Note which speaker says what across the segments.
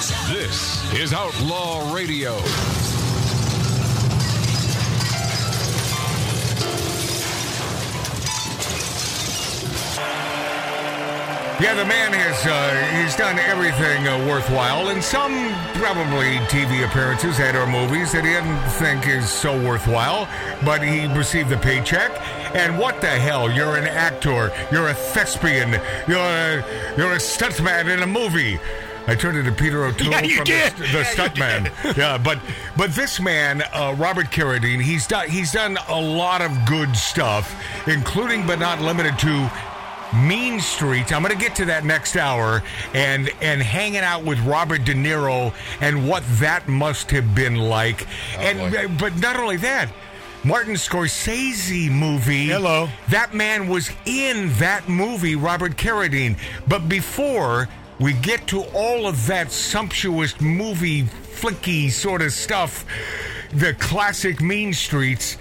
Speaker 1: This is Outlaw Radio.
Speaker 2: Yeah, the man has uh, he's done everything uh, worthwhile, and some probably TV appearances at our movies that he didn't think is so worthwhile, but he received the paycheck. And what the hell? You're an actor. You're a thespian. You're a, you're a stuntman in a movie. I turned into Peter O'Toole
Speaker 3: Yeah, you
Speaker 2: from
Speaker 3: did.
Speaker 2: the, the
Speaker 3: Yeah, you
Speaker 2: stuntman. yeah, but but this man, uh, Robert Carradine, he's done he's done a lot of good stuff, including but not limited to Mean Streets. I'm going to get to that next hour and and hanging out with Robert De Niro and what that must have been like.
Speaker 3: Oh,
Speaker 2: and but not only that, Martin Scorsese movie.
Speaker 3: Hello.
Speaker 2: That man was in that movie, Robert Carradine. But before we get to all of that sumptuous movie flicky sort of stuff, the classic Mean Streets.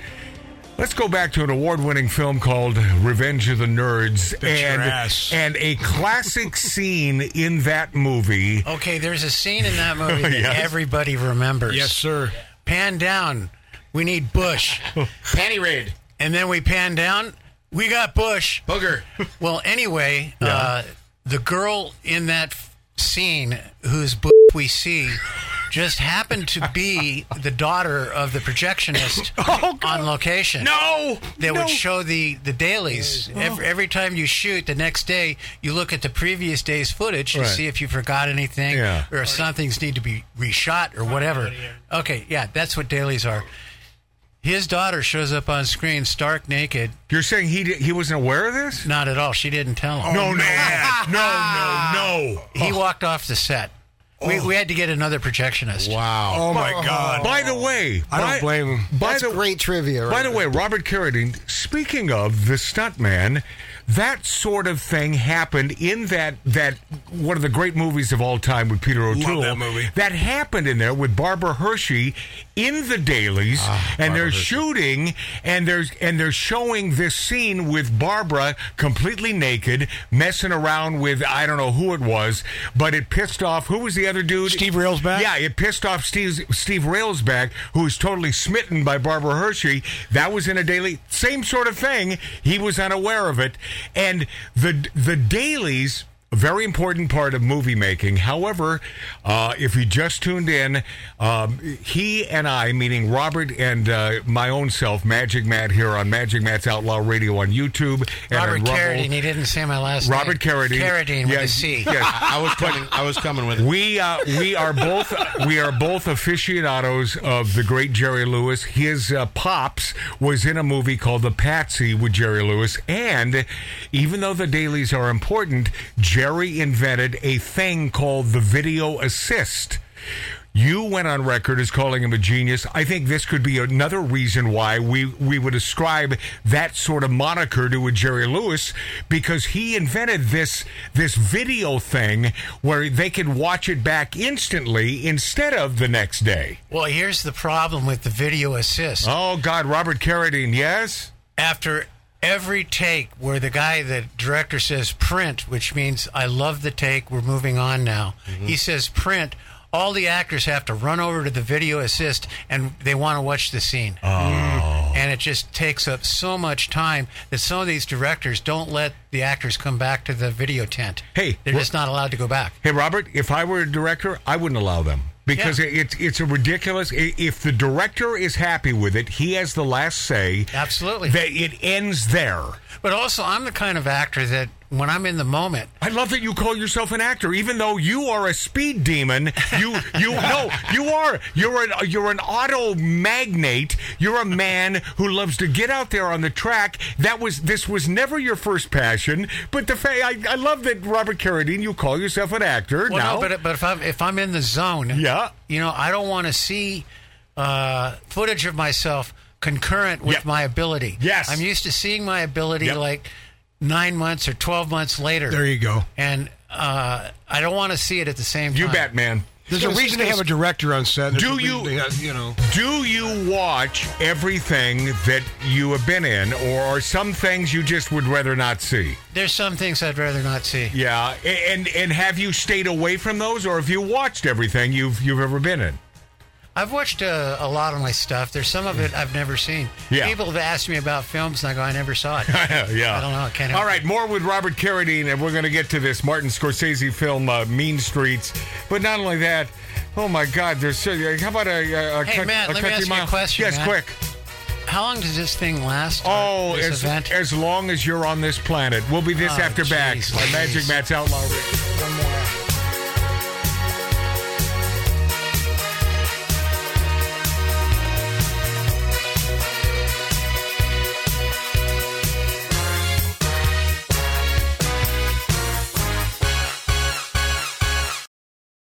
Speaker 2: Let's go back to an award-winning film called Revenge of the Nerds and
Speaker 3: your ass.
Speaker 2: and a classic scene in that movie.
Speaker 4: Okay, there's a scene in that movie that
Speaker 2: Yes.
Speaker 4: everybody remembers.
Speaker 3: Yes, sir.
Speaker 4: Pan down. We need Bush.
Speaker 5: Panty raid.
Speaker 4: and then we pan down. We got Bush.
Speaker 5: Booger.
Speaker 4: Well, anyway, uh, the girl in that f- scene whose b- we see just happened to be the daughter of the projectionist on location.
Speaker 2: No,
Speaker 4: That
Speaker 2: no. Oh.
Speaker 4: would show the, the dailies. Every, every time you shoot, the next day, you look at the previous day's footage to
Speaker 2: Right.
Speaker 4: see if you forgot anything
Speaker 2: Yeah.
Speaker 4: or if some things need to be reshot or whatever. Okay, yeah, that's what dailies are. His daughter shows up on screen stark naked.
Speaker 2: You're saying he di- he wasn't aware of this?
Speaker 4: Not at all. She didn't tell him.
Speaker 2: Oh, no, man. no, no, no.
Speaker 4: He walked off the set.
Speaker 2: Oh.
Speaker 4: We, we had to get another projectionist.
Speaker 3: Oh, my God.
Speaker 2: By the way,
Speaker 3: I don't
Speaker 2: by-
Speaker 3: blame him.
Speaker 2: By
Speaker 6: That's
Speaker 2: the,
Speaker 6: great trivia.
Speaker 2: By
Speaker 6: Right
Speaker 2: the way, Robert Carradine. Speaking of the stuntman, that sort of thing happened in that that one of the great movies of all time with Peter O'Toole.
Speaker 3: that movie.
Speaker 2: That happened in there with Barbara Hershey in the dailies, and they're shooting, and there's and they're showing this scene with Barbara completely naked, messing around with I don't know who it was, but it pissed off who was the other dude?
Speaker 3: Steve Railsback?
Speaker 2: Yeah, it pissed off Steve Steve Railsback, who was totally smitten by Barbara Hershey. That was in a daily, same sort of thing. He was unaware of it, and the the dailies. a Very important part of movie making. However, uh, if you just tuned in, um, he and I, meaning Robert and uh, my own self, Magic Matt, here on Magic Matt's Outlaw Radio on YouTube and
Speaker 4: Robert
Speaker 2: on Rumble.
Speaker 4: Carradine. He didn't say my last
Speaker 2: Robert
Speaker 4: name.
Speaker 2: Carradine.
Speaker 4: Carradine with a
Speaker 2: Yes,
Speaker 4: C.
Speaker 2: yes.
Speaker 5: I, I was coming. I was coming with it.
Speaker 2: We uh, we are both we are both aficionados of the great Jerry Lewis. His uh, pops was in a movie called The Patsy with Jerry Lewis, and even though the dailies are important, Jerry invented a thing called the video assist. You went on record as calling him a genius. I think this could be another reason why we, we would ascribe that sort of moniker to a Jerry Lewis because he invented this this video thing where they could watch it back instantly instead of the next day.
Speaker 4: Well, here's the problem with the video assist.
Speaker 2: Oh God, Robert Carradine, yes.
Speaker 4: After every take where the guy, the director says print, which means I love the take, we're moving on now,
Speaker 2: Mm-hmm.
Speaker 4: he says print. All the actors have to run over to the video assist and they want to watch the scene.
Speaker 2: Oh.
Speaker 4: Mm. and it just takes up so much time that some of these directors don't let the actors come back to the video tent.
Speaker 2: Hey,
Speaker 4: they're
Speaker 2: we're-
Speaker 4: just not allowed to go back.
Speaker 2: Hey, Robert, if I were a director, I wouldn't allow them because
Speaker 4: Yeah.
Speaker 2: it, it's it's a ridiculous. i- If the director is happy with it, he has the last say.
Speaker 4: Absolutely.
Speaker 2: That it ends there.
Speaker 4: But also, I'm the kind of actor that when I'm in the moment,
Speaker 2: I love that you call yourself an actor, even though you are a speed demon. You, you, no, you are. You're an, you're an auto magnate. You're a man who loves to get out there on the track. That was, this was never your first passion. But the fact, I, I love that Robert Carradine. You call yourself an actor
Speaker 4: well,
Speaker 2: now.
Speaker 4: no, but but if I'm if I'm in the zone,
Speaker 2: Yeah.
Speaker 4: you know, I don't want to see uh, footage of myself concurrent with
Speaker 2: Yeah.
Speaker 4: my ability.
Speaker 2: Yes.
Speaker 4: I'm used to seeing my ability
Speaker 2: Yep.
Speaker 4: like nine months or twelve months later.
Speaker 3: There you go.
Speaker 4: and uh, I don't want to see it at the same
Speaker 2: you
Speaker 4: time.
Speaker 2: Batman.
Speaker 3: There's a
Speaker 5: Yes,
Speaker 3: reason they
Speaker 5: yes.
Speaker 3: have a director on set. There's
Speaker 2: Do
Speaker 3: a reason
Speaker 2: you-
Speaker 3: they have- you know?
Speaker 2: Do you watch everything that you have been in, or are some things you just would rather not see?
Speaker 4: There's some things I'd rather not see.
Speaker 2: Yeah, a- and and have you stayed away from those, or have you watched everything you've you've ever been in?
Speaker 4: I've watched uh, a lot of my stuff. There's some of it I've never seen.
Speaker 2: Yeah.
Speaker 4: People have asked me about films, and I go, I never saw it.
Speaker 2: yeah.
Speaker 4: I don't know. I can't help
Speaker 2: All right, more with Robert Carradine, and we're going to get to this Martin Scorsese film, uh, Mean Streets. But not only that, oh my God, there's so, how about a, a, a
Speaker 4: Hey,
Speaker 2: cut-
Speaker 4: Matt,
Speaker 2: a
Speaker 4: let me
Speaker 2: country
Speaker 4: ask you a
Speaker 2: mile?
Speaker 4: question,
Speaker 2: Yes,
Speaker 4: Matt.
Speaker 2: quick.
Speaker 4: How long does this thing last? uh,
Speaker 2: Oh,
Speaker 4: this
Speaker 2: as,
Speaker 4: event.
Speaker 2: as long as you're on this planet, we'll be this
Speaker 4: Oh,
Speaker 2: after back
Speaker 4: jeez,
Speaker 2: on Magic
Speaker 4: jeez.
Speaker 2: Matt's Outlaw Radio.
Speaker 4: One more.